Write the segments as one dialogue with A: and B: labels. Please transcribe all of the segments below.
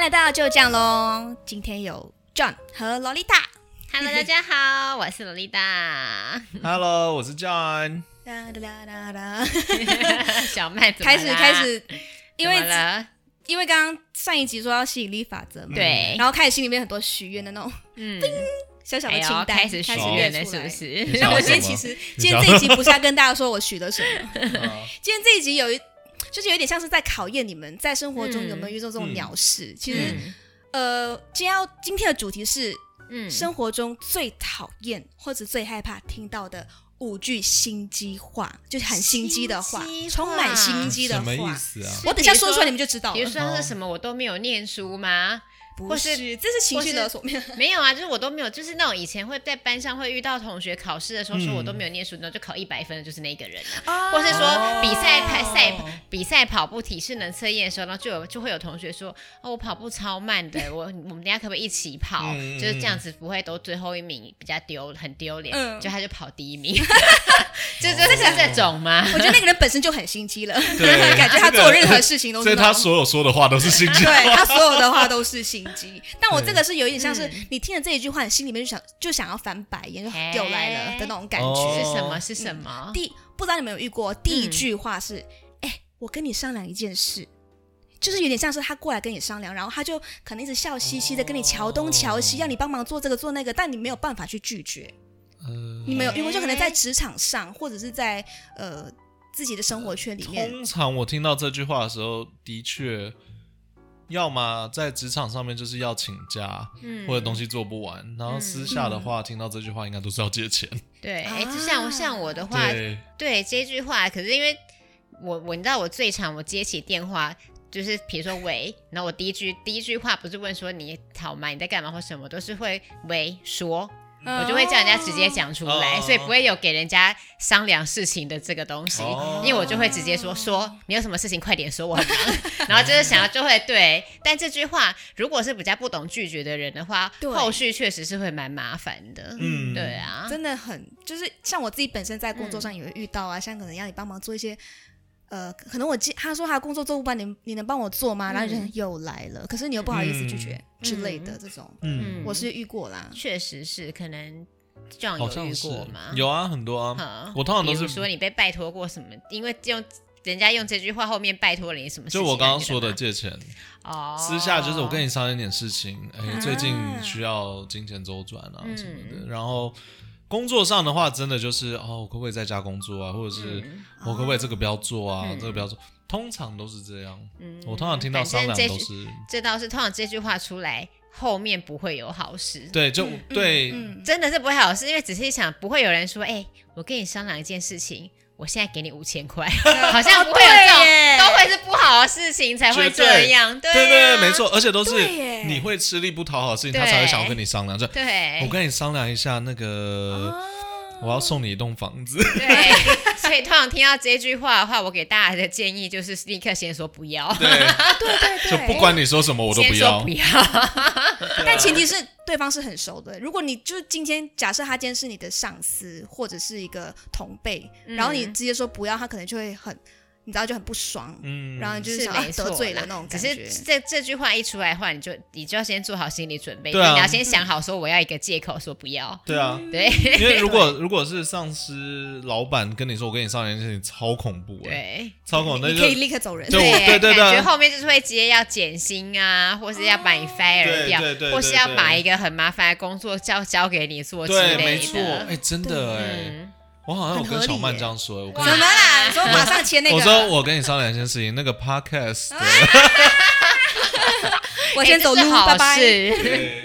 A: 来到就这样喽。今天有 John 和洛丽塔，
B: Hello，大家好，我是萝莉 大，
C: Hello，我是 John。
A: 哒哒哒哒哒，
B: 小麦怎么
A: 开始
B: 啦
A: 开，始，因为
B: 怎么了
A: 因为刚刚上一集说要吸引力法则嘛，
B: 对，
A: 然后开始心里面很多许愿的那种
B: 嗯，
A: 小小的
B: 哎呦
A: 清单，
B: 开始许愿了，
A: 列出
B: 是
A: 来
B: 不？
C: 你
B: 是？
C: 想
A: 那我
C: 要
A: 今天
C: 什
A: 其
C: 么？
A: 实
C: 你
A: 今天
C: 想
A: 这一集不是要跟大家说我许了什么，
C: 啊
A: 今天这一集有一就是有点像是在考验你们在生活中有没有遇到这种
C: 嗯
A: 鸟事。其实、
B: 嗯
A: 呃，今天要今天的主题是
B: 嗯，
A: 生活中最讨厌或者最害怕听到的五句心机话，就是很心机的话，
B: 心机话
A: 充满心机的
C: 什么意
A: 话。
C: 思啊？
A: 我等一下说出来你们就知道
B: 比如
A: 了。
B: 说像是什么，我都没有念书吗？
A: 不
B: 或是
A: 是，这是情绪
B: 或是
A: 勒索。没有
B: 没有啊，就是我都没有，就是那种以前会在班上会遇到同学考试的时候说
C: 嗯
B: 我都没有念书，然后就考一百分的就是那个人啊、
A: 哦
B: 或是说比赛排赛
C: 哦
B: 比赛跑步体适能测验的时候，然后就有就会有同学说哦我跑步超慢的，我我们等一下可不可以一起跑？
C: 嗯
B: 就是这样子不会都最后一名比较丢很丢脸，
A: 嗯
B: 就他就跑第一名， 就
C: 哦
B: 就是这种吗？
A: 我觉得那个人本身就很心机了，
C: 对
A: 感觉他做任何事情都
C: 所
A: 是
C: 以
A: 那
C: 他
A: 种
C: 所有说的话都是 心机。
A: 对他所有的话都是心机，但我
C: 对
A: 这个是有一点像是你听了这一句话，你心里面就想就想要翻白眼，就
B: 嘿
A: 又来了的那种感
B: 是
A: 觉。
C: 哦
B: 什么？是什么？
A: 第不知道你们有没有遇过，第一句话是：“
B: 嗯
A: 哎、我跟你商量一件事。”就是有点像是他过来跟你商量，然后他就可能一直笑嘻嘻的跟你瞧东瞧西，
C: 哦
A: 要你帮忙做这个做那个，但你没有办法去拒绝。
C: 呃
A: 你们有遇过？就可能在
B: 哎
A: 职场上，或者是在呃自己的生活圈里面，
C: 通常我听到这句话的时候，的确，要么在职场上面就是要请假，
B: 嗯
C: 或者东西做不完，然后私下的话，听到这句话应该都是要借钱。
B: 对，哎、就像我像我的话，
C: 对，
B: 对这句话，可是因为我我你知道我最常我接起电话。就是比如说喂，然后我第一句第一句话不是问说你好吗？你在干嘛或什么，都是会喂说，
A: 嗯
B: 我就会叫人家直接讲出来，
C: 哦
B: 所以不会有给人家商量事情的这个东西，
C: 哦
B: 因为我就会直接说说你有什么事情快点说，我 很忙。然后就是想要就会对，但这句话如果是比较不懂拒绝的人的话，
A: 对
B: 后续确实是会蛮麻烦的。
C: 嗯
B: 对啊，
A: 真的很就是像我自己本身在工作上也会遇
B: 嗯
A: 到啊，像可能要你帮忙做一些。呃，可能我接他说他的工作做不完，你你能帮我做吗？
B: 嗯
A: 然后人又来了，可是你又不好意思拒绝
B: 嗯
A: 之类的这种，
C: 嗯，
A: 我是遇过啦。
B: 确实是，可能这样
C: 好
B: 有
C: 像
B: 遇
C: 是
B: 过吗？
C: 有啊，很多啊。
B: 嗯，
C: 我通常都
B: 比
C: 是
B: 如说你被拜托过什么，因为用人家用这句话后面拜托了你什么事情
C: 就
B: 啊，
C: 我刚刚
B: 你
C: 说的
B: 干嘛
C: 借钱，
B: 哦，
C: 私下就是我跟你商量一点事情，哎、
A: 啊
C: 最近需要金钱周转啊
B: 嗯
C: 什么的。然后工作上的话，真的就是哦，我可不可以在家工作啊，或者是、
B: 嗯
C: 我可不可以这个不要做啊，
B: 嗯
C: 这个不要做。通常都是这样，
B: 嗯
C: 我通常听到
B: 反正
C: 商量
B: 这
C: 都
B: 句
C: 是
B: 这倒是通常这句话出来后面不会有好事，
C: 对，就、
A: 嗯
C: 对、
A: 嗯，
B: 真的是不会好事，因为仔细想，不会有人说，哎、我跟你商量一件事情。我现在给你五千 块，好像不会有这
A: 哦对耶
B: 种，都会是不好的事情才会
C: 绝对
B: 这样，对
C: 对
B: 啊
C: 对，没，错，而且都是
A: 对耶
C: 你会吃力不讨好的事情，他
B: 对
C: 才会想要跟你商量。就
B: 对，
C: 我跟你商量一下，那个、
B: 哦
C: 我要送你一栋房子。
B: 对，所以通常听到这句话的话，我给大家的建议就是立刻先说不要，
C: 对，
A: 对对
C: 就
A: 对，
C: 不管你说什么，我都
B: 先
C: 不
B: 说
C: 要
B: 不。要，
A: 但前提是对方是很熟的。如果你就是今天假设他今天是你的上司或者是一个同辈，
B: 嗯
A: 然后你直接说不要，他可能就会很，你知道就很不爽，
C: 嗯，
A: 然后就是想要
B: 没错
A: 得罪
B: 啦
A: 的那种
B: 只
A: 感
B: 是
A: 觉。
B: 这这句话一出来的话，你就你就要先做好心理准备，
C: 对啊
B: 你要先想好说我要一个借口说不要，
C: 对啊，
B: 对
C: 因为如果如果是上司、老板跟你说我跟你上一件事情，超恐怖、欸，，
B: 对。
C: 超恐怖，那
A: 你可以
C: 就
A: 立刻走人。
C: 对我对对对
B: 感
C: 啊
B: 觉后面就是会接要减薪啊，或是要把你 fire
C: 对
B: 掉
C: 哦对对，对
B: 或是要把一个很麻烦的工作交交给你做之
C: 对，
B: 类的。
C: 没错，哎、真的哎、
B: 嗯，
C: 我好像有
A: 很
C: 跟
A: 合理
C: 小曼
A: 耶
C: 这样说、欸，我
A: 怎
C: 跟
A: 么
C: 你
A: 啦？你说马上签那个？
C: 我说我跟你商量一件事情，那个 podcast 的
A: 我先走
B: 哎这
A: 路，
B: 是好
A: 拜拜。
B: 事，
C: 对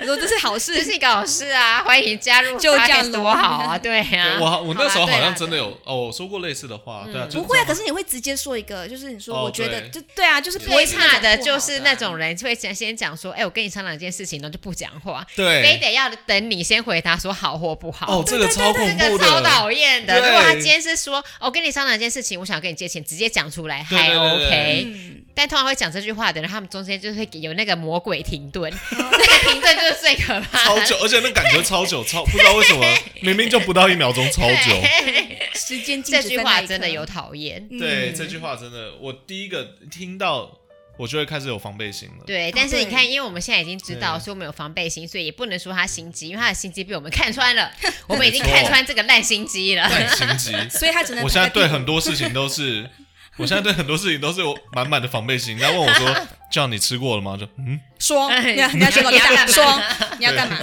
A: 我说这是好
B: 这
A: 事，
B: 是一个好事啊！欢迎加入，
A: 就这样
B: 多好 啊！对啊，
C: 我好我那时候好
B: 啦
C: 像真的
B: 对啦
C: 有哦，我说过类似的话，对啊，
B: 嗯
C: 就
A: 不会啊。
C: 这
A: 可
C: 样
A: 是你会直接说一个，就是你说
C: 哦
A: 我觉得
C: 对
A: 就对啊，就是不会
B: 最
A: 是
B: 怕
A: 那
B: 的
A: 种不好
B: 就是那种人会先先讲说，哎、我跟你商量一件事情，然后就不讲话，非
C: 对
B: 得要等你先回答说好或不好。
C: 哎哦，这个超恐
B: 这
C: 怖
B: 个超
C: 的，
B: 讨厌的。
C: 对
B: 如果他今天是说，我、跟你商量一件事情，我想跟你借钱，直接讲出来
C: 对对
B: 还
C: 对
B: OK
C: 对
A: 嗯，
B: 但通常会讲这句话的人，他们中间就是会有那个魔鬼停 顿，那个停顿就是最可怕的。
C: 超久，而且那感觉超久， 超不知道为什么，明明就不到一秒钟，超久。
B: 对
A: 时间静
B: 这
A: 止
B: 句
A: 在
B: 话
A: 那一刻
B: 真的有讨厌。
A: 嗯
C: 对、这句话真的，我第一个听到我就会开始有防备心了。
B: 对，但是你
A: 对
B: 看，因为我们现在已经知道，
C: 对
B: 所以我们有防备心，所以也不能说他心机，因为他的心机被我们看 穿了，我们已经
C: 没错
B: 看穿这个烂心机了。
C: 烂心机，
A: 所以他只能
C: 我现在
A: 拍屁股
C: 对很多事情 都是，我现在对很多事情都是有满满的防备心。人家问我说：“ 这样你吃过了吗？”就嗯，
A: 说，
B: 哎
A: 你要你要学狗
B: 你要干嘛
A: 蛋 说你要干嘛？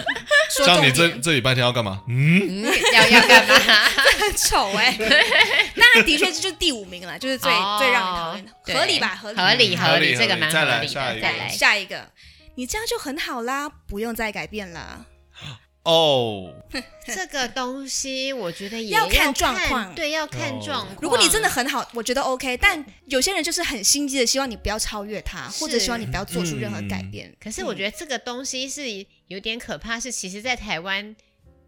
A: 说
C: 这样
A: 重
C: 你这
A: 点，
C: 这礼拜天要干嘛？嗯，
B: 嗯， 要要干嘛？
A: 很丑 哎。那的确这就是第五名了，就是 最
B: 哦
A: 最让你讨厌的，
B: 对
A: 合理吧？合
B: 合理
A: 嗯
C: 合
B: 理，
C: 理
B: 这个
C: 合理
B: 蛮
C: 再
B: 合
C: 来
B: 理
C: 下
B: 的。
C: 一个
B: 再来，
A: 下一个，你这样就很好啦，不用再改变啦。
C: 哦，
B: 这个东西我觉得也
A: 要看状况
B: 对，要看
C: 哦
B: 状况。
A: 如果你真的很好，我觉
B: 嗯
A: 得 OK。但有些人就是很心机的，希望你不要超越他，
B: 是嗯
A: 或者希望你不要做出任何改变。嗯
B: 可是我觉得这个东西是有点可怕，是其实，在台湾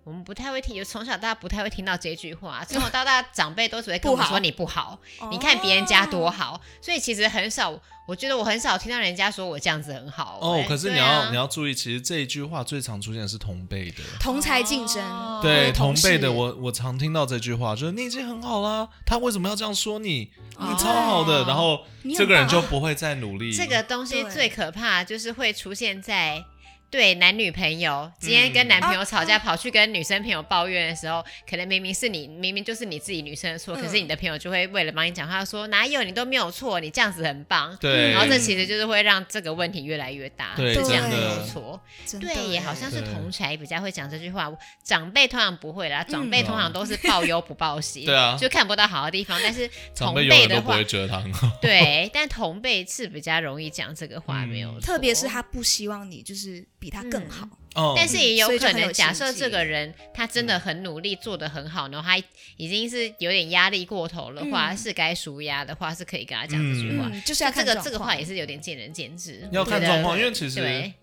B: 我们不太会听，有从小到大不太会听到这句话，从小到大长辈都只会跟我
A: 不
B: 们
A: 好
B: 说你不好，
A: 哦
B: 你看别人家多好，所以其实很少，我觉得我很少听到人家说我这样子很好、
C: 哦
B: 哎，
C: 可是你
B: 对
C: 要、
B: 啊
C: 你要注意，其实这一句话最常出现的是同辈的。
A: 同才竞争，
B: 哦
C: 对同
A: 同
C: 辈
A: 事
C: 的我，我常听到这句话，就是你已经很好啦，他为什么要这样说你？你
B: 哦
C: 超好的，然后
A: 你很
C: 这个人
A: 棒
C: 就不会再努力。
B: 啊这个东西
A: 对
B: 最可怕，就是会出现在对男女朋友，今天
C: 嗯
B: 跟男朋
A: 哦
B: 友吵架，跑去跟女生朋友抱怨的时候，可能明明是你，明明就是你自己女生的错，
A: 嗯
B: 可是你的朋友就会为了帮你讲话，说哪有你都没有错，你这样子很棒。嗯
C: 对，
B: 然后这其实就是会让这个问题越来越大，
C: 对
B: 这样
A: 真
B: 没
A: 的
B: 有错。
A: 真的
B: 对，也好像是
C: 对
B: 同才比较会讲这句话，长辈通常不会啦，长辈通常都是报忧不报喜，
C: 嗯对啊
B: 就看不到好的地方。但是同
C: 长辈永远
B: 的
C: 都不
B: 话，
C: 会觉得他很好。
B: 对，但同辈是比较容易讲这个话，
C: 嗯
B: 没有错，
A: 特别是他不希望你就是比他更好，
C: 哦，嗯
B: 但是也有
A: 所以就
B: 可
A: 很
B: 能，
A: 有
B: 假
A: 心
B: 设
A: 机
B: 这个人他真的很努力，做得很好，然后他已经是有点压力过头的话，
A: 嗯
B: 是该舒压的话，是可以跟他讲这句话。
A: 嗯，就是要
B: 这
A: 看
B: 个
A: 状
B: 这个
A: 况
B: 话也是有点见仁见智，
C: 要
B: 我觉
C: 看
B: 得
C: 状况因为其实
B: 对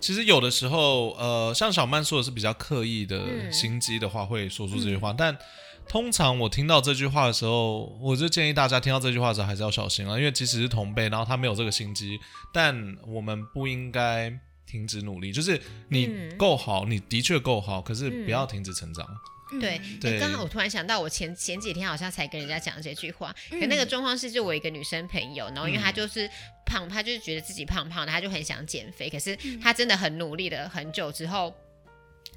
C: 其实有的时候，呃，像小曼说的是比较刻意的
B: 嗯
C: 心机的话，会说出这句话。但通常我听到这句话的时候，我就建议大家听到这句话的时候还是要小心啊，因为即使是同辈，然后他没有这个心机，但我们不应该停止努力。就是你
B: 嗯
C: 够好，你的确够好，可是不要停止成长。
A: 嗯
B: 对，哎
C: 对
B: 刚刚我突然想到，我前前几天好像才跟人家讲这句话，
A: 嗯
B: 可那个状况是，就我一个女生朋友，然后因为
C: 嗯
B: 她就是胖，她就是觉得自己胖胖的，她就很想减肥，可是
A: 嗯
B: 她真的很努力了很久之后。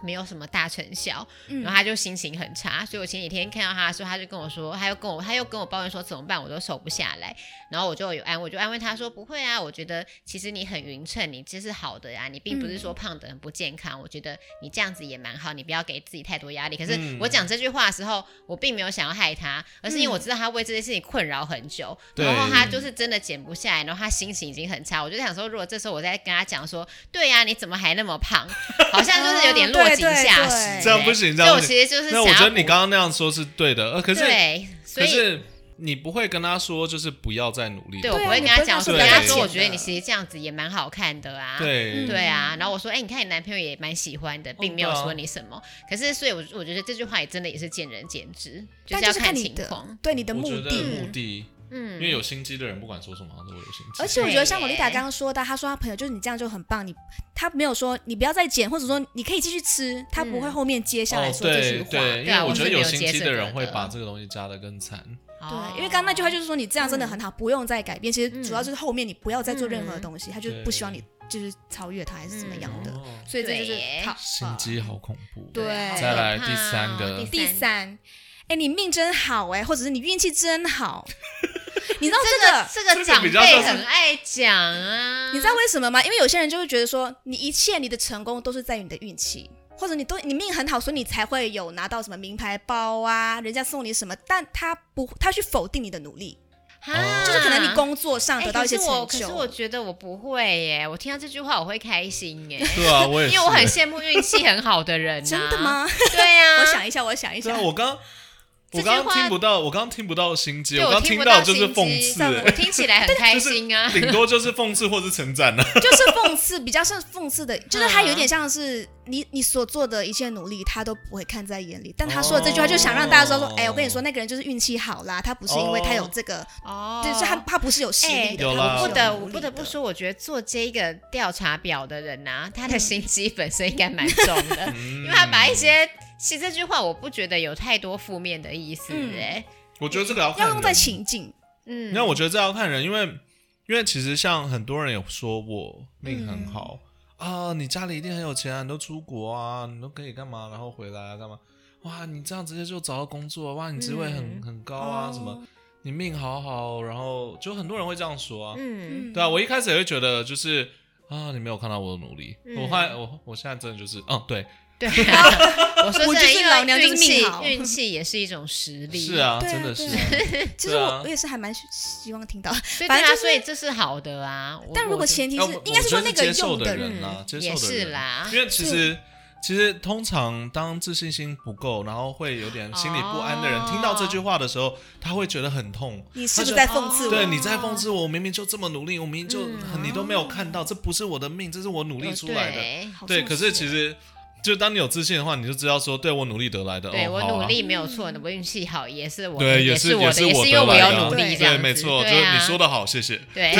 B: 没有什么大成效，
A: 嗯
B: 然后她就心情很差，所以我前几天看到她的时候，她就跟我说，她又跟我，她又跟我抱怨说怎么办，我都瘦不下来。然后我就有安慰，我就安慰她说不会啊，我觉得其实你很匀称，你这是好的呀、你并不是
C: 嗯
B: 说胖的很不健康，我觉得你这样子也蛮好，你不要给自己太多压力。可是
C: 嗯
B: 我讲这句话的时候，我并没有想要害她，而是因为我知道她为这件事情困扰很久，
C: 对
B: 然后她就是真的减不下来，然后她心情已经很差。我就想说，如果这时候我再跟她讲说，对呀、你怎么还那么胖， 好像就是有点落井下
A: 哦对
B: 石、
A: 对对
C: 这样不行这
B: 所
C: 样
B: 以
C: 不
B: 我
C: 行
B: 其实就是
C: 那
B: 想
C: 我
B: 要
C: 觉得你刚刚那样说是对的，呃，可是
B: 对，所
C: 可
B: 以
C: 是你不会跟他说，就是不要再努力。
B: 对我
A: 对
B: 不
A: 啊
B: 会
A: 你
B: 跟
A: 不
B: 他
A: 会
B: 讲，
A: 告
B: 我
A: 诉
B: 跟
C: 他
B: 他
C: 这
B: 说，
C: 些
B: 我觉得
A: 的
B: 你其实这样子也蛮好看的啊。
C: 对
A: 嗯
B: 对啊，然后我说，哎、你看你男朋友也蛮喜欢的，并没有
C: 对啊
B: 说你什么。可是，所以我我觉得这句话也真的也是见仁见智，
A: 但
B: 是要
A: 是看你
B: 情
A: 的
B: 况。
A: 对你的
C: 我
A: 目
C: 觉得
A: 的。
C: 目的，因
B: 嗯，
C: 为有心机的人不管说什么都有心机。
A: 而且我觉得像我丽达
B: 对耶
A: 刚刚说的，她说她朋友就是你这样就很棒，你她没有说你不要再减，或者说你可以继续吃，她不
B: 嗯
A: 会后面接下来
C: 哦，
A: 说这句
C: 对
A: 话。
C: 对，因
B: 对啊
C: 为我
B: 我
C: 觉
B: 是
C: 得
B: 没有
C: 心
B: 接
C: 机
B: 这
C: 的
B: 个
C: 人会
B: 的
C: 把这个东西加的更惨。
B: 哦
A: 对，因为刚刚那句话就是说你这样真的很好，不用再改变。其
B: 嗯
A: 实主要就是后面你不要再做任何东西，他就是
C: 对
A: 不希望你就是超越他还是怎么样的。
C: 哦
A: 所以这就是
B: 嗯对耶
A: 好
C: 心机好恐怖。
A: 对
C: 再来第三个
A: 第三，哎，你命真好哎，或者是你运气真 好，你知道
B: 这
A: 这个
B: 个这个
C: 个
B: 长
C: 比较像
B: 辈
C: 是
B: 很爱讲啊，
A: 你知道为什么吗？因为有些人就会觉得说，你一切你的成功都是在于你的运气，或者你都你命很好，所以你才会有拿到什么名牌包啊，人家送你什么，但他不，他去否定你的努力，
B: 啊
A: 就是可能你工作上
B: 哎
A: 得到一些
B: 可
A: 成
B: 是我可
A: 就。
B: 是我觉得我不会耶，我听到这句话我会开心 耶，
C: 对啊，我也
B: 因
C: 是。
B: 为我很羡慕运气很好的人、啊。
A: 真的？吗？
B: 对啊，
A: 我想一下，我想一
C: 对
A: 下
C: 啊，，我刚
B: 这
C: 我
B: 句
C: 刚
B: 话
C: 刚听不到，我刚刚听不到心机，
B: 对
C: 我
B: 我
C: 刚
B: 听
C: 听
B: 不到
C: 就
B: 心机
C: 是讽刺，
A: 这样
B: 我
C: 哎
B: 听起 来很开
C: 就是
B: 心 啊。
C: 顶多就是讽刺或是称赞啊。
A: 就是讽刺，比较像讽刺的，就是他有
B: 嗯
A: 点像是你你所做的一切努力，他都不会看在眼里。但他说的这句话，就想让大家知道说，哎，我跟你说，那个人就是运气好啦，他不是因为他有这个，
B: 哦哎
A: 就是他他不是有实力的，他
C: 有啦
A: 不
B: 不
A: 是
B: 得
A: 有
B: 我
A: 努力
B: 不得不
A: 的。
B: 说，我觉得做这个调查表的人呐、他
A: 嗯
B: 的心机本身应该蛮重 的，
C: 嗯
B: 因为他把一些其实这句话我不觉得有太多负面的意思
A: 嗯
B: 哎、
C: 我觉得这个要看
A: 要用在
C: 人
A: 情境，
B: 嗯，
C: 那我觉得这要看人，因为因为其实像很多人有说我命很好、
B: 嗯
C: 啊，你家里一定很有钱啊，你都出国啊，你都可以干嘛，然后回来啊干嘛？哇，你这样直接就找到工作，哇，你职位很、
B: 嗯
C: 很高啊，什么
A: 哦？
C: 你命好好，然后就很多人会这样说啊。
B: 嗯，
C: 对啊，我一开始也会觉得就是啊，你没有看到我的努力。
B: 嗯
C: 我后来我我现在真的就是，嗯，对，
B: 对啊，我说
A: 我就
B: 真的，
A: 是
B: 因
A: 老
B: 为
A: 娘就是命
B: 运气
A: 好
B: 运气也是一种实力，
C: 是，啊，
A: 对啊
C: 真的是、
A: 对其实我、
C: 对啊
A: 我也是还蛮希希望听到，
B: 所以对
A: 反正
B: 啊，
A: 就是
B: 所以这是好的啊。我
A: 但如果
B: 我觉
A: 前提
C: 要
A: 是
C: 不
A: 应该是说
C: 呃我觉
A: 那
C: 得
A: 个
C: 接受
A: 用
C: 的
A: 人，
C: 人啦，接受
B: 也
C: 的
B: 是
C: 人，
B: 啦，
C: 因为其实其实通常当自信心不够，然后会有点心理不安的人，
B: 哦
C: 听到这句话的时候，他会觉得很痛。
A: 你是不是在讽刺我？
B: 哦
C: 对，你在讽刺我，我明明就这么努力，我明明就、
B: 嗯
C: 你都没有看到，这不是我的命，这是我努力
B: 哦
C: 出来的。
B: 对
A: 好
C: 对，
A: 像
C: 可是
B: 哦
C: 其实就当你有自信的话，你就知道说，对我努力得来的，
B: 对
C: 哦、
B: 我
C: 好啊
B: 努力没有
A: 嗯
B: 错，我运气好也是我，
C: 对，
B: 也
C: 是
B: 我
C: 是
B: 的，也
C: 我
B: 是因为
C: 得
B: 我
C: 来
B: 有
C: 的
B: 努
C: 啊
B: 力这样
C: 对，
B: 子
C: 没错，就
B: 对
C: 是
B: 啊
C: 你说的好，谢谢。
B: 对，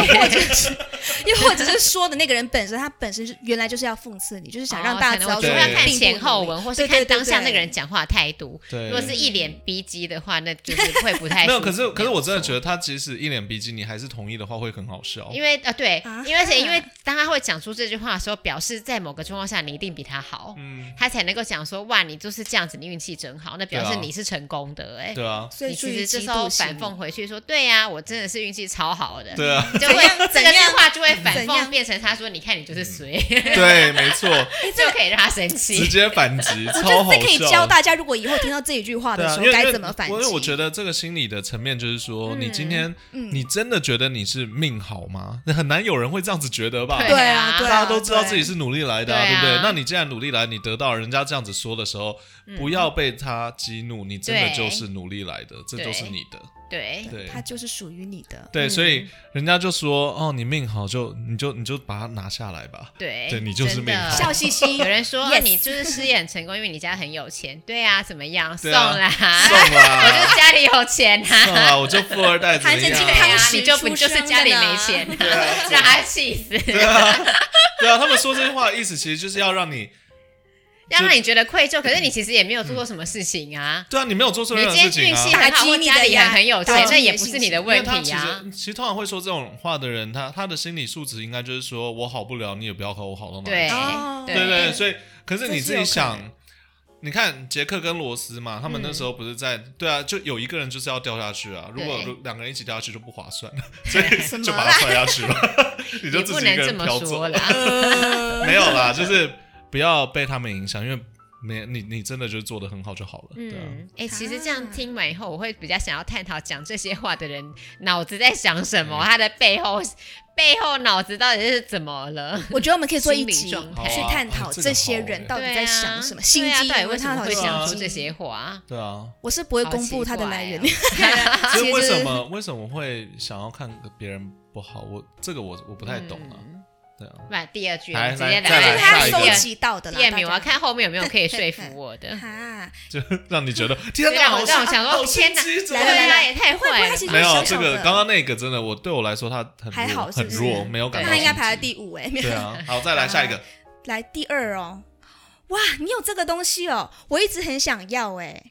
A: 又或者是说的那个人本身，他本身是原来就是要讽刺你，就是 想让大家知道说
B: 哦可能我觉得要看
A: 并不
B: 前后文，
A: 努力
B: 或是
A: 对
B: 看
A: 对对
B: 当下那个人
A: 对嗯
B: 讲话态度。
C: 对
B: 如果是一脸逼急的话，那就是会不太
C: 没有，
B: 舒服
C: 可是可是我真的觉
B: 没
C: 得他即使一脸逼近，你还是同意的话，会很好笑
B: 有错。因为啊，对
A: 啊，
B: 因为而且因为当他会讲出这句话的时候，表示在某个状况下你一定比他好，
C: 嗯，
B: 他才能够讲说哇，你就是这样子，你运气真好，那表示
C: 对啊
B: 你是成功的，哎。
C: 对 啊，
A: 所以
B: 你
A: 出
B: 其
A: 于
B: 实这
A: 嫉
B: 时
A: 妒
B: 候
A: 心
B: 反讽回去说，对呀、我真的是运气超好的，
C: 对啊，
B: 就会
A: 怎样怎
B: 这个
A: 样
B: 句话就会反
A: 怎
B: 讽，
A: 样哎
B: 变成他说你看你
C: 嗯
B: 就是衰，
C: 对，没错，
B: 就可以让他生
C: 直
B: 气。
C: 接反击，超好
A: 这可以教
C: 笑。
A: 大家，如果以后听到这一句话
C: 对
A: 的
C: 啊，
A: 时
C: 因
A: 候，
C: 为
A: 该怎么反击？
C: 因为我觉得这个心理的层面就是说，你今天
A: 嗯
C: 你真的觉得你是命好吗？ 很难有人会这样子觉得吧？
B: 对
A: 对啊，对
C: 大
A: 啊
C: 家都知道自己。
A: 对
C: 是努力来的、
B: 对
C: 对
B: 啊
C: 不对？那你既然努力来，你得到人家这样子说的时候，
A: 嗯
C: 不要被他激怒，你真的
B: 对
C: 就是努力来的，这就是
B: 对
C: 你的。
B: 对，
C: 对，
A: 它啊就是属于你的。
C: 对，所以人家就说：“哦，你命好就，你就你就把它拿下来吧。
B: 对，
C: 对你就是
B: 真
C: 命
B: 的
C: 好
A: 笑嘻嘻，
B: 有人说啊
A: Yes
B: 你就是事业很成功，因为你家很有钱。对啊，怎么样？送
C: 对啊
B: 啦，
C: 送啦
B: 我就是家里有钱啊。
C: 送 啊， 我就富二代怎么
A: 含着
C: 样
A: 金
B: 对
A: 汤
B: 啊，
A: 匙
B: 你就
A: 出
B: 不就是
A: 生
B: 家
A: 的
B: 里没
A: 呢
B: 钱
C: 对 啊
B: 啊，让他气死，
C: 对啊，对啊，他们说这句话的意思其实就是要让你，
B: 要让你觉得愧疚。可是你其实也没有做错什么事情啊。
C: 对啊，你没有做错
B: 你
C: 任
B: 今
C: 何
B: 天
C: 事
B: 运
C: 情
B: 气
C: 啊。
B: 很
A: 打
B: 好，
A: 击
B: 或
A: 你
B: 家
A: 的
B: 里也
A: 呀
B: 很有
A: 打
B: 钱，
A: 击
B: 那
A: 你
B: 也
A: 的
B: 不是
A: 信
B: 你的
A: 心
B: 问
C: 因为他
B: 题
C: 其
B: 啊
C: 实。其实通常会说这种话的人，他他的心理素质应该就是说我好不了，你也不要和我好到哪里
B: 对
C: 去。
A: 哦
C: 对对对，所以可是
A: 这
C: 你
A: 是
C: 自
A: 有
C: 己
A: 可
C: 想
A: 能，
C: 你看杰克跟罗斯嘛，他们那
B: 嗯
C: 时候不是在、对啊，就有一个人就是要掉下去啊，如果
B: 对
C: 如两个人一起掉下去就不划算，所以
A: 什
C: 就
A: 么
C: 把
A: 啦
C: 他甩下去了，你就
B: 也
C: 自
B: 不
C: 己一
B: 能
C: 个
B: 这
C: 人
B: 么
C: 飘走
B: 说。 啦。
A: 呃
C: 没有啦，就是不要被他们影响，因为没你你真的就是做的很好就好了，对啊。
B: 嗯，哎、其实这样
A: 啊
B: 听完以后，我会比较想要探讨讲这些话的人脑子在想什么，他的背后背后脑子到底是怎么了？
A: 我觉得我们可以做一
B: 心理
A: 集
B: 状态
A: 去探讨
C: 哦这个
A: 这些人
C: 好
A: 到底在想什么，心
B: 对啊
A: 机，
B: 到底
A: 我
B: 为
A: 们
B: 什
A: 探
B: 么
A: 讨
B: 会讲
A: 心
B: 出
A: 机
B: 这。些话？嗯
C: 对啊，
A: 我是不会
B: 好
A: 公
B: 奇
A: 布它的
B: 怪
A: 来源
B: 哦
A: 的。
C: 所
A: 啊其
C: 以为
A: 实
C: 什么为什么会想要看别人不好？我这个我我不太懂啊，
B: 嗯
C: 对啊，
B: 那、第二句，我
C: 来
B: 们直接
C: 来
A: 因
C: 再
A: 为
C: 来
A: 他
C: 下一个
A: 收
B: 第二
A: 集到的啦。
B: 第二名，我
A: 大
B: 要
A: 家啊
B: 看后面有没有可以说服我 的。
A: 哈，
C: 就让你觉得天
B: 就让
C: 哪，
B: 我让我想
C: 好
B: 说，
C: 心
B: 天哪，
C: 机怎
A: 来
C: 么
A: 来
B: 对
A: 来
B: 啊，也太
A: 会不
B: 坏
A: 会
B: 了
A: 他其实
C: 没有
A: 小
C: 这
A: 小
C: 个，
A: 的
C: 刚刚那个真的，我对我来说他很弱
A: 还好是
C: 很
A: 不是
C: 弱，没有感
B: 对
C: 到。
A: 那他应该排在。第五哎，没有
C: 对啊，好，再来下 一个。
A: 来第二哦。哇，你有这个东西哦，我一直很想要哎。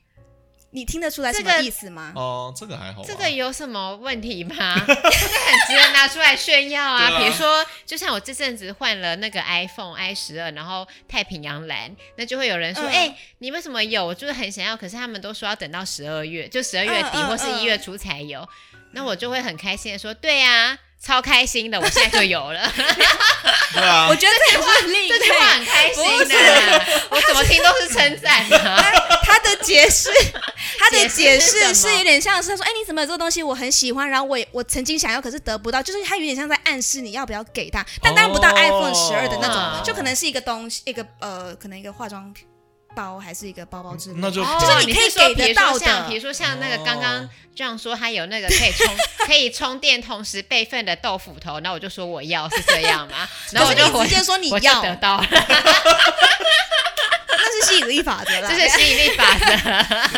A: 你听得出来什
B: 这
A: 么
B: 个
A: 意思吗？
C: 哦，这个还好吧。
B: 这个有什么问题吗？这个很值得拿出来炫耀啊！
C: 对啊
B: 比如说，就像我这阵子换了那个 iPhone i 十二，然后太平洋蓝，那就会有人说：“
A: 嗯
B: 哎、你为什么有？我就是很想要。”可是他们都说要等到十二月，就十二月底
A: 嗯嗯
B: 或是一月初才有。那我就会很开心的说：“对啊，超开心的，我现在就有了。
C: 对啊
A: 我，觉得这个是另
B: 这句话
A: 类。
B: 很开
A: 不
B: 心
A: 哎
B: 的、我怎么听都是称赞啊的、
A: 他的解 释，他的解
B: 解
A: 释
B: 释是什
A: 是
B: 么
A: 有点像是他说：“哎，你怎么有这个东西？我很喜欢，然后我也我曾经想要，可是得不到，就是他有点像在暗示你要不要给他，但当然不到
C: 哦
A: iPhone 十二的那
B: 嗯
A: 种，就可能是一个东西，一个呃，可能一个化妆包还是一个包包之类的。
B: 嗯
C: 那就
A: 哦
B: 哦
A: 就是你可以
B: 说
A: 给得
B: 比如说
A: 到的
B: 像比如说像那个刚刚
C: 哦
B: 这样说，他有那个可以充可以充电同时备份的豆腐头，那我就说我要是这样 嘛，然后我
A: 可你直
B: 就是我
A: 接说你
B: 我就
A: 要，
B: 得到了，
A: 那是吸引力法则啦。
B: 这是吸引力法则。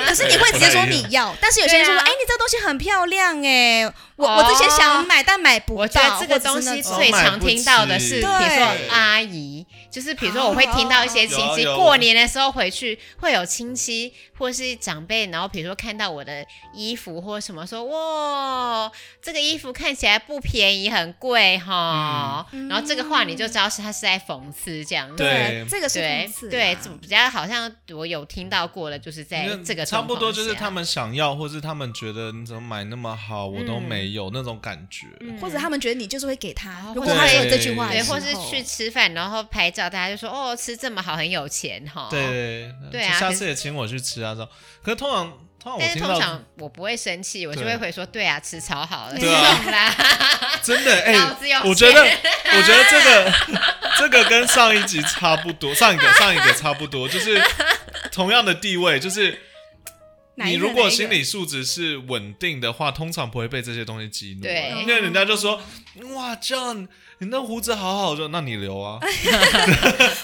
A: 可是你会直接说你要，但是有些人就说：“
B: 对啊
A: 哎、你这个东西很漂亮哎、我、我
B: 哦
A: 之前想买，但买不到。”
B: 我觉得这个
A: 或
B: 东
C: 哦
A: 者是那
B: 西
A: 种
B: 最常听到的是，比如
A: 买不
B: 说
A: 起
B: 阿姨，就是比如说，我会听到一些亲戚
C: 哦有有
B: 过年的时候回去，会有亲戚或是长辈，然后比如说看到我的衣服或什么，说哇，这个衣服看起来不便宜，很贵哈。
A: 嗯
B: 然后这个话你就知道是他是在讽刺这样子。
C: 对
A: 这个是讽
B: 对
A: 刺啊
B: 对，这比较好像我有听到过了，就是在这个
C: 差
B: 状
C: 不
B: 况
C: 多就是
B: 下
C: 他们想要，或是他们觉得你怎么买那么好，我都没有、那种感觉。
B: 嗯
A: 或者他们觉得你就是会给他
B: 哦，
A: 如果他说这句话
C: 对
A: 的
B: 对，
A: 时
B: 或
A: 候，
B: 是去吃饭然后拍照，大家就说哦，吃这么好，很有钱哈。。
C: 对
B: 对啊
C: 下
B: 可
C: 次也请我去吃啊，这样。可是通常通哦常我
B: 但是
C: 听
B: 通
C: 到
B: 常我不会生气，我就
C: 对
B: 会回说对啊，吃超好了，
A: 对
C: 啊
B: 懂啦。
C: 真的哎、
B: 脑子有
C: 我觉得我觉得这个这个跟上一集差不多，上一个上一个差不多，就是同样的地位，就是。
A: 哪一
C: 你
A: 个
C: 如果
A: 哪一个
C: 心理素质是稳定的话，通常不会被这些东西激怒啊，
B: 对
C: 因为人家就说：“哇，John，你那胡子好好。”我说：“那你 留啊，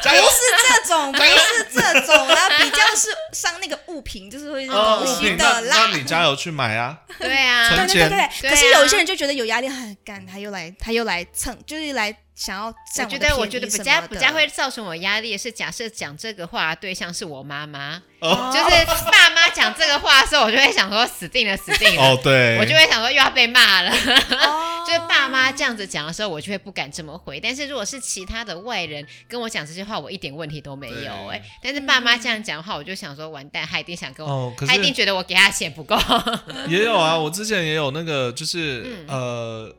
C: 加油
A: 不！”是这种，不是这种啦， 比较是上那个物品，就是会是
C: 哦
A: 东西
C: 那
A: 的啦。
C: 那你加油去 买啊，
B: 对 啊，
A: 对
C: 存
A: 对对
C: 钱
A: 对
B: 对
A: 可是
B: 啊
A: 有一些人就觉得有压力，很干，他又来，他又来蹭，就是来想要占
B: 我觉
A: 的
B: 得，我
A: 便
B: 觉得
A: 宜
B: 比
A: 什
B: 较
A: 么
B: 比
A: 的
B: 较会 造成我压力的是，假设讲这个话的对象是我妈妈，
C: 哦
B: 就是爸妈讲这个话的时候，我就会想说死定了，死定了，
C: 哦，对，
B: 我就会想说又要被骂了。
A: 哦
B: 就是爸妈这样子讲的时候，我就会不敢这么回。但是如果是其他的外人跟我讲这些话，我一点问题都没有
C: 对
B: 哎、但是爸妈这样讲的话，我就想说完蛋，他一定想跟我，
C: 哦，可
B: 他一定
C: 是
B: 觉得我给他的钱不够。哦
C: 也有啊，我之前也有那个，就是、
A: 嗯
C: 呃，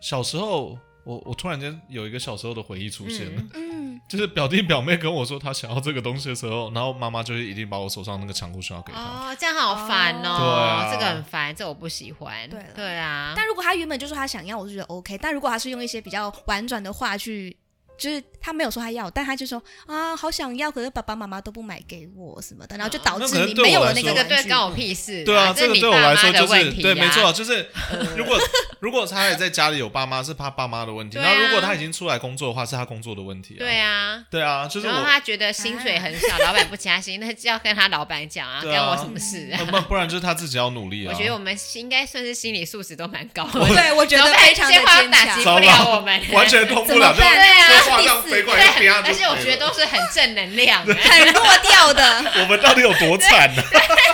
C: 小时候，我我突然间有一个小时候的回忆出现了，
B: 嗯
A: 嗯，
C: 就是表弟表妹跟我说他想要这个东西的时候，然后妈妈就是一定把我手上那个长裤胸要给他。
B: 哦，这样好烦哦，
C: 哦对啊
B: 这个很烦，这我不喜欢。
A: 对了
B: 啊，
A: 但如果他原本就说他想要，我就觉得 OK。但如果他是用一些比较婉转的话去，就是他没有说他要，但他就说啊好想要，可是爸爸妈妈都不买给我什么的，然后就导
C: 那
A: 致
C: 可能
A: 你
C: 对
A: 没
C: 我
A: 有
C: 来
A: 了那
C: 说
A: 个
B: 这
A: 玩
B: 个对
A: 具
B: 关我屁事啦。
C: 对啊，
B: 这
C: 这
B: 是
C: 个
B: 你
C: 对我来说
B: 爸妈
C: 就
B: 的问
C: 是
B: 题、啊
C: 对，没错，。就是如果如果他也在家里有爸妈，是他爸妈的问题；
B: 对啊
C: 然后如果他已经出来工作的话，是他工作的问题啊。
B: 对啊，
C: 对啊，就是
B: 然后
C: 我
B: 他觉得薪水很少，老板不加薪，那就要跟他老板讲啊，
C: 对
B: 跟
C: 啊
B: 我什么事啊？
C: 呃不不然就是他自己要努力啊。
B: 我觉得我们应该算是心理素质都蛮高的，
A: 对，我觉
B: 老
A: 得
B: 板
A: 非常的
B: 这话
A: 坚
B: 打击
A: 强
B: 不。了我们。
C: 完全通不了，
A: 怎么办
C: 这
B: 对啊
C: 这话这样飞过来，
B: 对，
C: 啪就
B: 而且我觉得都是很正能量，
A: 很落掉的，
C: 我们到底有多惨啊呢、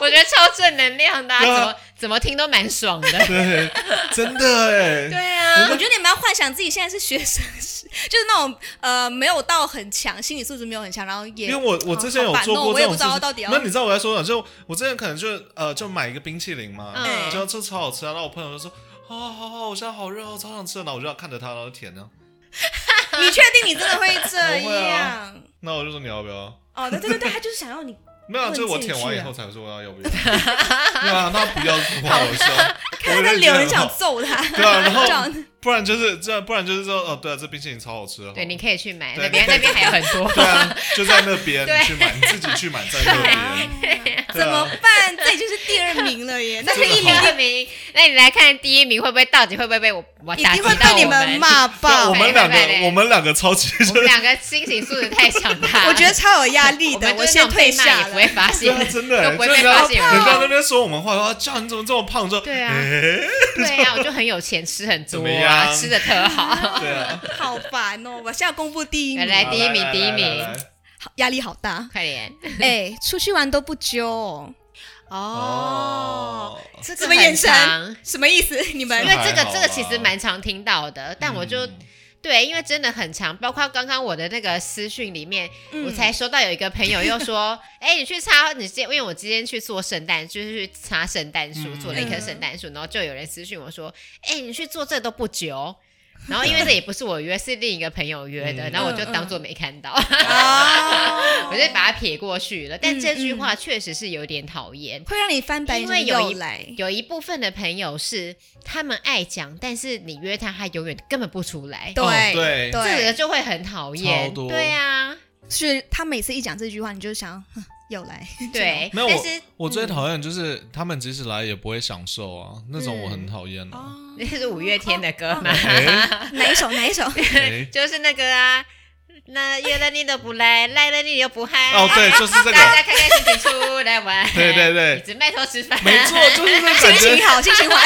B: 我觉得超正能量的啊，
C: 对
B: 怎
C: 啊
B: 么怎么听都蛮爽 的。
C: 对，真的哎。
B: 对啊，
A: 我觉得你们要幻想自己现在是学生，是就是那种呃没有到很强，心理素质没有很强，然后也
C: 因为我我之前有
A: 好
C: 做
A: 好烦哦
C: 过
A: 我也
C: 这
A: 不
C: 种
A: 知道
C: 事情，
A: 到底要
C: 那你知道我在说什么？就我之前可能就呃就买一个冰淇淋嘛，
B: 嗯
C: 就这超好吃啊。然后我朋友就说哦，好好，我现在好热，我超想吃的。然后我就要看着他，然后啊舔呢。
A: 你确定你真的会这
C: 我会
A: 样
C: 啊？那我就说你要不要？
A: 哦，对对对对，他就是想要你
C: 没有啊，
A: 问
C: 就是我
A: 自己
C: 舔完
A: 去
C: 以
A: 啊
C: 后才说我要要不 要。对啊，那 不要不好笑，
A: 看他
C: 我就
A: 的
C: 觉
A: 脸
C: 得
A: 很想
C: 好
A: 揍他，
C: 对啊，然
A: 这样
C: 后不然就是这样，不然就是说哦，对啊，这冰淇淋超好吃的。
B: 对，你可以去买，
C: 对
B: 那边
C: 你可
B: 那
C: 以
B: 边还有很多。
C: 对啊，就在那 边
B: 对
C: 你去买，你自己去买，在那边。对
A: 哎怎么
C: 啊？
A: 办？这已经是第二名了 耶，那
B: 那
A: 是一
B: 一
A: 名
B: 名二名，那你来看第一名会不会到底会不会被我我
A: 一
B: 打击
A: 定会
B: 到
A: 被你们
B: 们？
A: 骂
C: 那
A: 爆
C: 啊我。们
B: 拜
C: 两
B: 拜拜
C: 个，我们两个超级
B: 我们两个心情素质太强 大，
A: 我觉得超有压力
B: 我
A: 的
B: 们，
A: 我
B: 就是
A: 先
B: 那种
A: 退
B: 被骂
A: 下
B: 也不
A: 了
B: 会。发
C: 对啊，
B: 现。
C: 真的欸，
B: 都不会
C: 就
B: 被
C: 人家
B: 发现
C: 人家那边说我们坏话，叫你怎么这么胖？说
B: 对啊
C: 欸
B: 对啊，我就很有钱，吃很
C: 怎
B: 多
C: 么
B: 啊，
C: 样
B: 吃的特好。
C: 对啊，
A: 好烦哦！我现在公布第一名，
B: 哦来
C: 好
B: 第一名
C: 来
B: 第一名。
C: 来来来
A: 好压力好大
B: 快点
A: 哎，出去玩都不揪哦，
B: 哦，这
A: 什
B: 个
A: 么
B: 很
A: 眼神
B: 长，？
A: 什么意思？你们
B: 因哎为这
C: 还
B: 个
C: 好
B: 这个其实
C: 吧
B: 蛮常听到的，但我就
C: 嗯
B: 对，因为真的很长，包括刚刚我的那个私讯里面，
A: 嗯
B: 我才收到有一个朋友又说，哎、你去插你今，因为我今天去做圣诞，就是去插圣诞树，
C: 嗯
B: 做了一棵圣诞树，然后就有人私讯我说，哎、你去做这都不久。然后因为这也不是我约，是另一个朋友约的，
C: 嗯
B: 然后我就当做没看到，
A: 哦
B: 我就把它撇过去了。但
A: 嗯
B: 这句话确实是有点讨厌，
A: 会让你翻白眼，
B: 因为
A: 就是
B: 有
A: 又
B: 一
A: 来，
B: 有一部分的朋友是他们爱讲，但是你约他，他永远根本不出来，
A: 对、
C: 哦对
B: 这个就会很讨厌。
C: 超多
B: 对啊，
A: 是他每次一讲这句话，你就想哼又来，
B: 对，
C: 没有
B: 但是
C: 我最讨厌就是他们即使来也不会享受啊，那种我很讨厌 啊。
A: 哦，
B: 那 是五月天的歌嘛，
C: 哎
A: 哪一首哪一首？
C: 哎
B: 就是那个啊，那约了你都不来，来了你又不嗨，
C: 哦，对，就是这个，
B: 大家开开心心出来玩，
C: 对对对
B: 一直埋头吃饭，
C: 没错，就是这个
A: 心
C: 感觉
A: 情，好，心情好，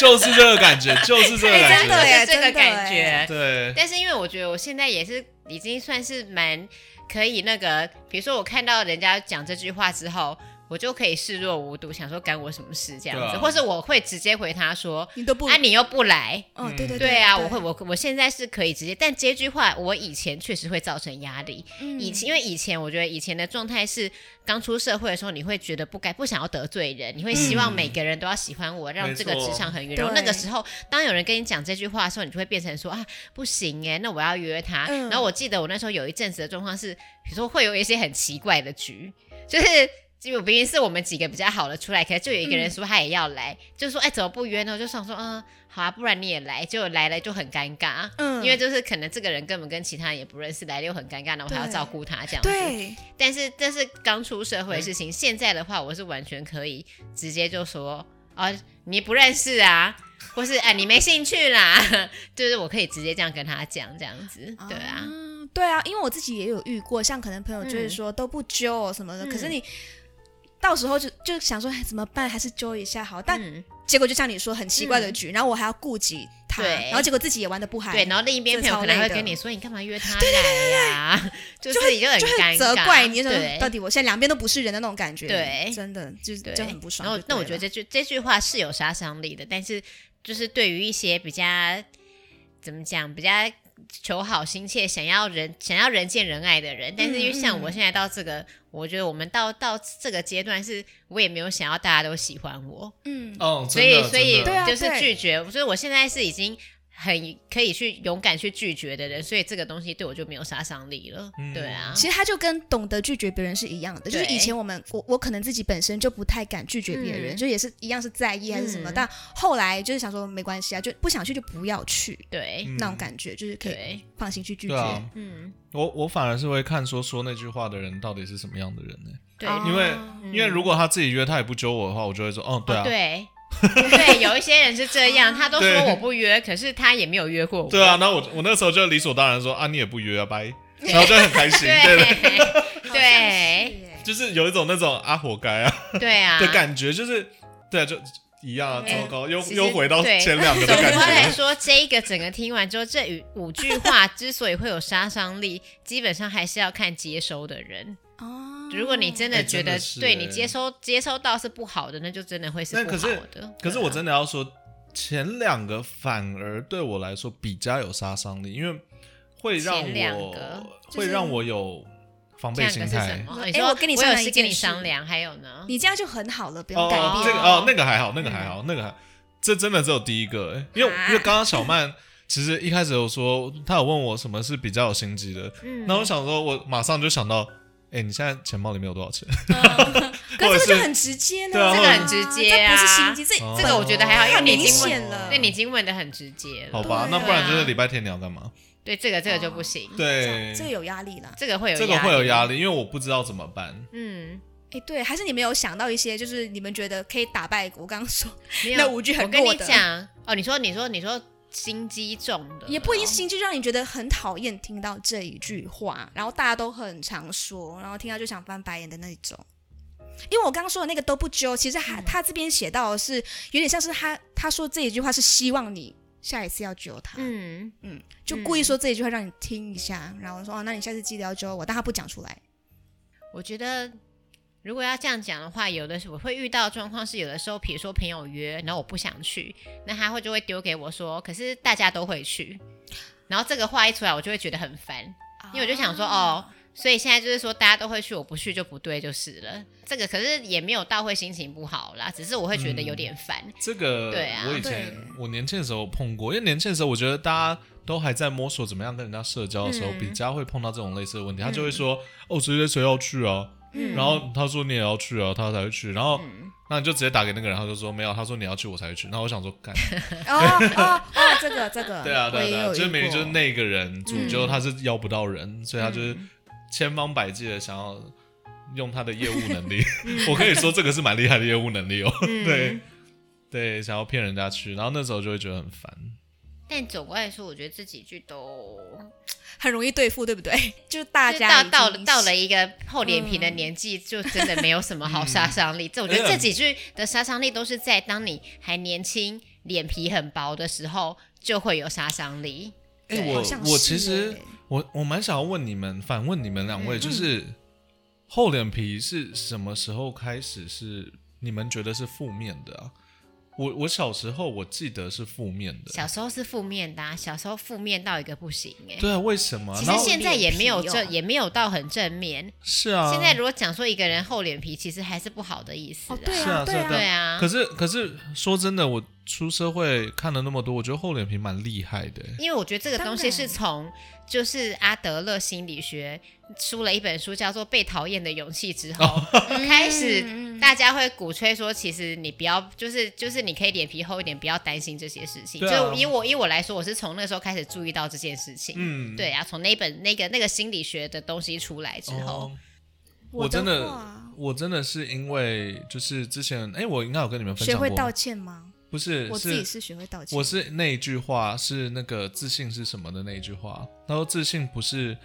C: 就就是这个感觉，就是这个
A: 哎
C: 感
A: 真的哎
C: 觉。
A: 耶
B: 就是这个
A: 真的耶
B: 感觉。
C: 对，
B: 但是因为我觉得我现在也是已经算是蛮可以那个，比如说我看到人家讲这句话之后，我就可以视若无睹，想说干我什么事这样
C: 对
B: 子，
C: 啊
B: 或是我会直接回他说
A: 你都：“不
B: 啊，，你又不来。”
A: 哦，
C: 嗯
A: 对对
B: 对啊，我会，我我现在是可以直接，但这句话我以前确实会造成压力。
A: 嗯
B: 以前因为以前我觉得以前的状态是刚出社会的时候，你会觉得不该不想要得罪人，你会希望
C: 嗯
B: 每个人都要喜欢我，让这个
C: 没错
B: 职场很圆融。
A: 对
B: 那个时候，当有人跟你讲这句话的时候，你就会变成说啊，不行哎，那我要约他。
A: 嗯
B: 然后我记得我那时候有一阵子的状况是，比如说会有一些很奇怪的局，就是。就明明是我们几个比较好的出来，可是就有一个
A: 嗯
B: 人说他也要来，就说哎、怎么不约呢？我就想说嗯好啊，不然你也来，结果来了就很尴尬，
A: 嗯
B: 因为就是可能这个人根本跟其他人也不认识，来了又很尴尬，然后我还要
A: 对
B: 照顾他这样子。
A: 对，
B: 但是这是刚出社会的事情，现在的话我是完全可以直接就说哦你不认识啊，或是哎你没兴趣啦， 就是我可以直接这样跟他讲这样子，
A: 哦
B: 对啊，嗯
A: 对啊，因为我自己也有遇过，像可能朋友就是说都不揪哦什么的，可是你到时候就就想说哎怎么办，还是揪一下好，但
B: 嗯
A: 结果就像你说很奇怪的局，然后我还要顾及他，
B: 对
A: 然后结果自己也玩的不嗨，
B: 对，然后另一边
A: 哎这
B: 朋友
A: 超
B: 可能
A: 累
B: 会
A: 的
B: 跟你说你干嘛约他来呀、就是你就很
A: 就
B: 尴
A: 会
B: 尬，
A: 责怪你，就
B: 对
A: 是到底我现在两边都不是人的那种感觉，
B: 对
A: 真的就是
B: 对，
A: 就很不爽就
B: 然后
A: 对了。
B: 那我觉得这句这句话是有杀伤力的，但是就是对于一些比较怎么讲，比较求好心切、想要人想要人见人爱的人，但是因为
A: 嗯
B: 像我现在到这个，我觉得我们到到这个阶段是，我也没有想要大家都喜欢我，
A: 嗯，
C: 嗯，
B: 所
C: 真
B: 以
C: 的
B: 所以
C: 真的
A: 对啊
B: 就是拒绝，所以我现在是已经。很可以去勇敢去拒绝的人，所以这个东西对我就没有杀伤力了。
C: 嗯
B: 对啊，
A: 其实他就跟懂得拒绝别人是一样的，就是
B: 对
A: 以前我们我我可能自己本身就不太敢拒绝别人，
B: 嗯
A: 就也是一样是在意还是什么，
B: 嗯
A: 但后来就是想说没关系啊，就不想去就不要去、
B: 对、
C: 嗯
A: 那种感觉，就是可以
B: 对，
A: 放心去拒绝。
C: 对啊，
B: 嗯，
C: 我我反而是会看说说那句话的人到底是什么样的人呢、
B: 对，
A: 哦
C: 因为
A: 嗯
C: 因为如果他自己约他也不揪我的话，我就会说，哦，对啊，
B: 哦、对 对，有一些人是这样，他都
C: 对
B: 说我不约，可是他也没有约过我。
C: 对啊，那我我那时候就理所当然说啊，你也不约 啊，拜，然后就很开心，对对，
B: 对
A: 好像
B: 对
A: 是耶，
C: 就是有一种那种啊活该啊
B: 对啊
C: 的感觉， 就是对啊，就一样啊，
B: 哎
C: 糟糕，又
B: 其实
C: 又回到
B: 对
C: 前两 个
B: 总
C: 的感
B: 的来
C: 觉，
B: 说，这一个整个听完之后，这语五句话之所以会有杀伤力， 基本上还是要看接收的人。
A: 哦，
B: 如果你真的
C: 哎
B: 觉
C: 真的
B: 得
C: 是
B: 对
C: 哎
B: 你接收接收到是不好的，那就真的会是
C: 那
B: 不
C: 可
B: 好
C: 是
B: 的。
C: 可是我
B: 对啊
C: 真的要说，前两个反而对我来说比较有杀伤力，因为会让
B: 前两个
C: 我会让我有防备
B: 这
C: 心
B: 两个是什
C: 态。
B: 么？
A: 哎
B: 啊你说
A: 我跟你商
B: 有
A: 量
B: 是
A: 一件
B: 跟你
A: 事
B: 商量，还有呢？
A: 你这样就很好了，不用改变。
C: 哦，这个哦，那个还好，那个还好，那个还，这真的只有第一个、欸，因为
A: 啊
C: 因为刚刚小曼其实一开始有说，她有问我什么是比较有心机的，
B: 嗯
C: 那我想说，我马上就想到，哎、你现在钱包里面有多少钱？
A: 可
C: 或
A: 是
C: 者
A: 这个就
C: 哦是
A: 很直接呢，
C: 对啊
B: 这个很直接啊
A: 这不是心机，这
C: 哦
B: 这个我觉得还好，因为
A: 太
B: 你已
A: 明
B: 经问
A: 显了。
B: 对你已经问的很直接了，
C: 啊好
A: 对
C: 吧，
A: 啊
C: 那不然就是礼拜天你要干嘛？
B: 对这个这个就不行，
C: 嗯
A: 这样
C: 对，
A: 这个有压力了。
B: 这个会有
C: 这个会有压，力，因为我不知道怎么办。
B: 嗯，
A: 哎，对，还是你没有想到一些，就是你们觉得可以打败我刚刚说
B: 没有
A: 那五句很
B: 我跟
A: 弱
B: 你
A: 的
B: 讲哦，你说你说你说心机重的
A: 也不一定
B: 哦
A: 心机，就让你觉得很讨厌听到这一句话，然后大家都很常说，然后听到就想翻白眼的那种。因为我刚刚说的那个都不揪，其实他、他这边写到的是有点像是他他说这一句话是希望你下一次要揪他，嗯
B: 嗯，
A: 就故意说这一句话让你听一下，然后说哦，那你下次记得要揪我，但他不讲出来。
B: 我觉得。如果要这样讲的话，有的时候我会遇到的状况是，有的时候比如说朋友约，然后我不想去，那他会就会丢给我说，可是大家都会去，然后这个话一出来，我就会觉得很烦，因为我就想说，哦，所以现在就是说大家都会去，我不去就不对就是了。这个可是也没有到会心情不好啦，只是我会觉得有
A: 嗯
B: 点烦。
C: 这个，
B: 对啊
C: 我以前我年轻的时候碰过，因为年轻的时候我觉得大家都还在摸索怎么样跟人家社交的时候，
B: 嗯
C: 比较会碰到这种类似的问题。他就会说，哦，谁谁谁要去啊，
A: 嗯
C: 然后他说你也要去啊，他才会去，然后。
B: 嗯
C: 那你就直接打给那个人，他就说没有，他说你要去我才会去。然后我想 说，干，
A: 哦哦哦，这个这个，
C: 对啊，对啊，对啊，
A: 我也有遇过
C: 就是明明就是那个人主
B: 嗯
C: 就他是邀不到人，所以他就是
B: 嗯
C: 千方百计的想要用他的业务 能力。
B: 嗯
C: 我可以说这个是蛮厉害的业务能力哦，对对，想要骗人家去，然后那时候就会觉得很烦。
B: 但总归来说，我觉得这几句都
A: 很容易对付，对不对？ 就是大
B: 就
A: 家
B: 到
A: 已
B: 到了
A: 经嗯
B: 到了一个厚脸皮的年纪，就真
C: 嗯
B: 的没有什么好杀伤力。这我觉得这几句的杀伤力都是在当你还年轻。脸皮很薄的时候，就会有杀伤力。
C: 哎、
B: 对
C: 我
A: 好像
C: 我
A: 是
C: 其实
A: 耶
C: 我我蛮想要问你们，反问你们两位，
B: 嗯
C: 就是厚脸皮是什么时候开始是你们觉得是负面的啊？我我小时候我记得是负面的，
B: 小时候是负面的、啊，小时候负面到一个不行哎、
C: 对啊，为什么啊？
B: 其实
C: 然后
B: 现在也没有
A: 厚脸
B: 正，
A: 皮哦
B: 也没有到很正面。
C: 是啊，
B: 现在如果讲说一个人厚脸皮，其实还是不好的意思、
A: 哦，对
C: 是
A: 啊，
C: 啊
A: 对
C: 是啊
B: 对啊
C: 可，是可是说真的，我出社会看了那么多，我觉得厚脸皮蛮厉害的欸、
B: 因为我觉得这个东西
A: 当然
B: 是从就是阿德勒心理学出了一本书叫做《被讨厌的勇气》之后，
C: 哦
B: 开
A: 嗯
B: 始大家会鼓吹说，其实你不要就是就是你可以脸皮厚一点，不要担心这些事情。
C: 对啊
B: 就以我以我来说，我是从那时候开始注意到这件事情。
C: 嗯，
B: 对啊，从那本那个那个心理学的东西出来之后，
C: 哦，我
A: 我
C: 真的
A: 话
C: 我真的是因为就是之前，哎、我应该有跟你们分
A: 学
C: 享过
A: 会
C: 吗，
A: 道歉吗？
C: 不是
A: 我自己
C: 是
A: 是学会道歉，
C: 我是那一句话是那个自信是什么的那一句话。他说自信不是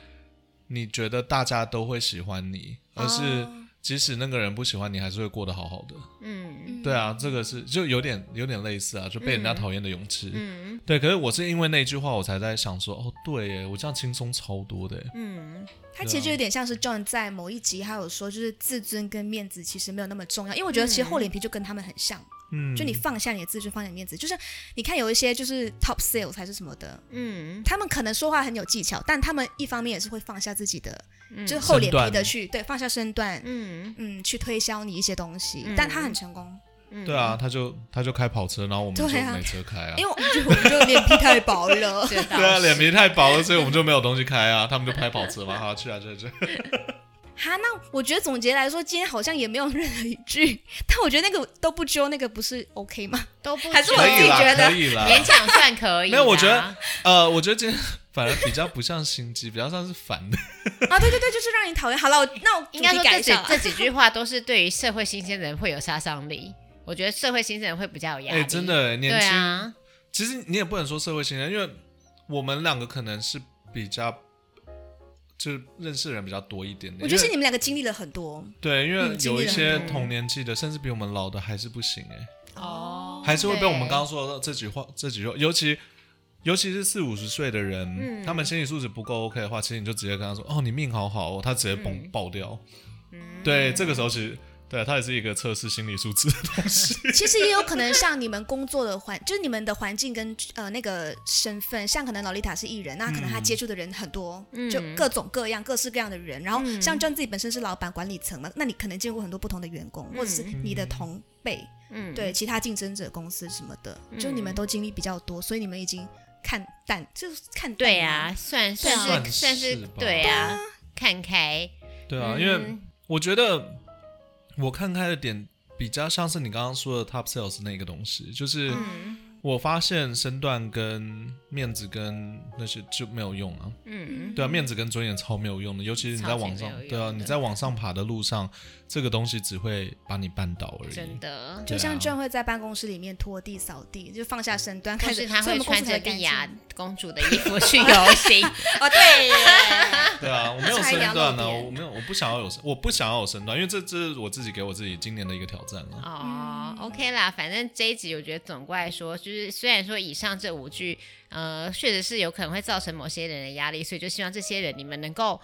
C: 你觉得大家都会喜欢你，而是
A: 哦
C: 即使那个人不喜欢你，还是会过得好好的。
B: 嗯
A: 嗯
C: 对啊，这个是就有点有点类似啊，就被人家
B: 嗯
C: 讨厌的勇气。
B: 嗯
C: 对，可是我是因为那句话，我才在想说，哦，对耶，我这样轻松超多的耶。
B: 嗯，
A: 他
C: 啊
A: 其实就有点像是 John 在某一集他有说，就是自尊跟面子其实没有那么重要，因为我觉得其实厚脸皮就跟他们很像，
C: 嗯，
A: 就你放下你的自尊，放下你的面子，就是你看有一些就是 top sales 还是什么的，
B: 嗯，
A: 他们可能说话很有技巧，但他们一方面也是会放下自己的，
B: 嗯
A: 就是厚脸皮
C: 身段
A: 的去对放下身段，
B: 嗯
A: 嗯，去推销你一些东西，
B: 嗯
A: 但他很成功，
B: 嗯，
C: 对啊，，他就他就开跑车，然后我们就
A: 对啊
C: 没车开啊。
A: 因为我们就我们就脸皮太薄了。
B: 这倒
C: 对啊，
B: 是
C: 脸皮太薄了，所以我们就没有东西开啊。他们就开跑车嘛，好去啊去啊 去啊。
A: 哈，那我觉得总结来说，今天好像也没有 任何一句，但我觉得那个都不揪，那个不是 OK 吗？
B: 都不
A: 还是我
C: 可
A: 自己
C: 以
A: 觉
C: 啦，
A: 得
C: 可以啦。
B: 勉强算可以啦。
C: 没有我觉得呃，我觉得今天反而比较不像心机，比较像是烦的。
A: 啊，对对对，就是让你讨厌。好了，我那我
B: 应该
A: 主
B: 说
A: 题改
B: 这
A: 一
B: 几
A: 下啊
B: 这
A: 啦。
B: 几句话都是对于社会新鲜人会有杀伤力。我觉得社会新鲜人会比较有压
C: 哎、
B: 力。
C: 真，
B: 对
C: 的年轻，
B: 啊，
C: 其实你也不能说社会新人，因为我们两个可能是比较就是认识的人比较多一点点。
A: 我觉得是
C: 因
A: 你
C: 为
A: 们两个经历了很多
C: 对，因为
A: 嗯经历
C: 有一
A: 了
C: 些
B: 很多
C: 同年纪的，甚至比我们老的还是不行哎、
B: 哦
C: 还是会被我们
B: 对
C: 刚刚说的这几话这几句话，尤其尤其是四五十岁的人，
B: 嗯
C: 他们心理素质不够 OK 的话，其实你就直接跟他说：“哦，你命好好哦。”他直接崩、
B: 嗯
C: 爆掉。对，这个时候其实对它也是一个测试心理素质的东西。
A: 其实也有可能像你们工作的环，就是你们的环境跟呃那个身份，像可能劳丽塔是艺人，那可能她接触的人很多，
B: 嗯
A: 就各种各样、各式各样的人。然后像 John 自己本身是老板、管理层嘛，那你可能见过很多不同的员工，或者是你的同辈，
B: 嗯，
A: 对其他竞争者公司什么的，就你们都经历比较多，所以你们已经看淡，就是看淡
B: 对
A: 吗
B: 啊，，算
A: 对啊
B: 算是算
C: 算是
B: 是
C: 吧
B: 对啊，看开。
C: 对啊，
B: 嗯
C: 因为我觉得我看开的点比较像是你刚刚说的 top sales 那个东西，就是
B: 嗯
A: 嗯
C: 我发现身段跟面子跟那些就没有用啊。
B: 嗯，
C: 对啊，面子跟尊严超没有用的，尤其是你在网上
B: 超级没有，用
C: 对啊，
B: 的
C: 你在往上爬的路上，这个东西只会把你绊倒而
B: 真
C: 已。
B: 的。
A: 就像
C: 对啊
A: John 会在办公室里面拖地、扫地，就放下身段，
B: 或
A: 开
B: 是
A: 始
B: 他
A: 所以
B: 会
A: 我们公
B: 穿
A: 司
B: 着啊
A: 很干
B: 莉
A: 净
B: 亚公主的衣服去游行，
A: 哦，对耶，
C: 对啊，我没有
A: 差一
C: 身
A: 点要
C: 段
A: 漏
C: 啊，
A: 点
C: 我没有，我不想要有，我不想要有身段，因为这这是我自己给我自己今年的一个挑
A: 嗯
C: 战啊。
B: 哦、o k 啦，反正这一集我觉得总过来说，就是虽然说以上这五句，呃，确实是有可能会造成某些人的压力，所以就希望这些人你们能够。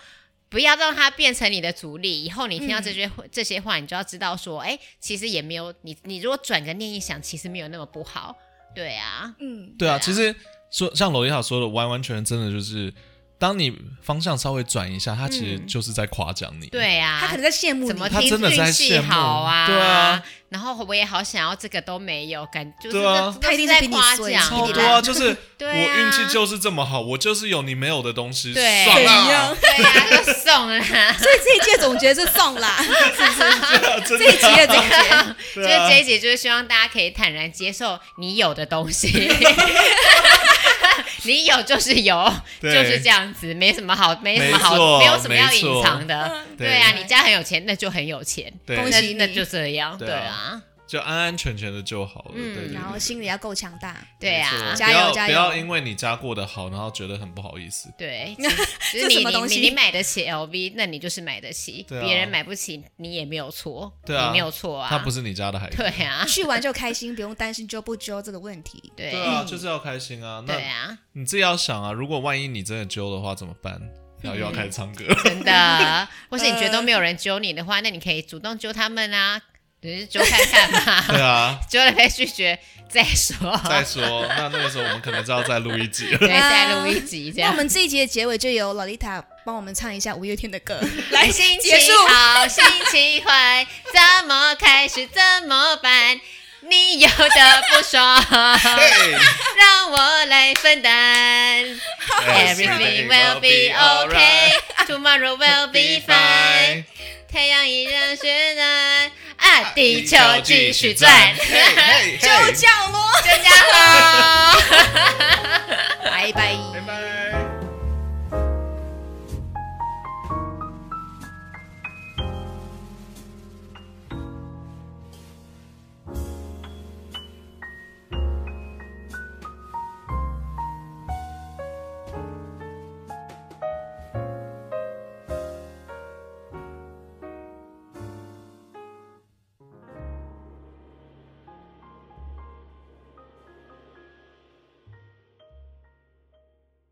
B: 不要让它变成你的阻力。以后你听到
A: 嗯
B: 这些、这些话，你就要知道说，哎、其实也没有你，你如果转个念一想，其实没有那么不好。对啊，
A: 嗯，
C: 对
B: 对
C: 啊，
B: 啊
C: 其实说像罗一好说的，完完全全真的就是，当你方向稍微转一下，他其实
B: 嗯
C: 就是在夸奖你。
B: 对啊，
A: 他可能在羡慕
B: 怎
A: 你
B: 么
C: 他
B: 听
C: 真的在
B: 运气
C: 羡慕
B: 好啊？
C: 对啊，
B: 然后我也好想要这个都没有，感就是
C: 对啊
B: 这
A: 他一定
B: 这
A: 是比你
B: 都是在夸
A: 衰
B: 奖，
C: 超
A: 比你
C: 多啊，
A: 烂
C: 就是我
B: 对啊
C: 运气就是这么好，我就是有你没有的东西，
B: 对
C: 爽
A: 怎
C: 啊！
A: 样
B: 对呀、就送啦。
A: 所以这一届总结是送啦，
C: 真
A: 这一
C: 的
A: 集
C: 啊，
A: 的总结，
B: 就是
C: 对啊
B: 这一集，就是希望大家可以坦然接受你有的东 西，你有就是有，就
C: 对
B: 是这样子，没什么好，没什么
C: 没
B: 好，
C: 错
B: 没有什么要
C: 没错
B: 隐藏的。
C: 对
B: 对啊，你家很有钱，那就很有钱，
C: 对
A: 恭
B: 那
A: 喜你
B: 那就这样，
C: 对
B: 对
C: 啊
B: 啊。
C: 就安安全全的就好了。
B: 嗯
C: 对对对
A: 然后心里要够强大。
B: 对
C: 没
B: 啊
C: 错，
A: 加油
C: 不要
A: 加油
C: 不要因为你家过得好，然后觉得很不好意思。
B: 对，只只
A: 这
B: 是
A: 什
B: 你
A: 么
B: 你
A: 东西
B: 你你买得起 LV，那你就是买得起，
C: 对啊
B: 别人买不起你也没有错，
C: 对啊
B: 你没有错啊，
C: 他不是你家的孩子。
B: 对啊，
A: 去玩就开心，不用担心揪不揪这个问题。
B: 对
C: 对啊，就是要开心啊。
B: 对
C: 那
B: 啊，
C: 你自己要想啊，如果万一你真的揪的话怎么办？然后又要开始 唱歌，
B: 真的，或是你觉得都没有人揪你的话，那你可以主动揪他们啊，只是揪看看 嘛，
C: 对啊。
B: 揪了被拒绝再说，
C: 再说，那那个时候我们可能就要再录一集 了。
B: 对，再录一集这
A: 那
B: 样
A: 我。们这一集的结尾就由洛丽塔帮我们唱一下五月天的歌，
B: 来
A: 来
B: 哎心情
A: 结束。
B: 好，心情坏，怎么开始怎么办？你有的不说，
C: 嘿
B: 让我来分担。Everything will be okay. Tomorrow will be fine. 太阳依然绚烂，啊，地球继续 转。
C: 嘿嘿嘿
A: 就降落。
B: 大家好，
A: 拜拜。
C: 拜拜。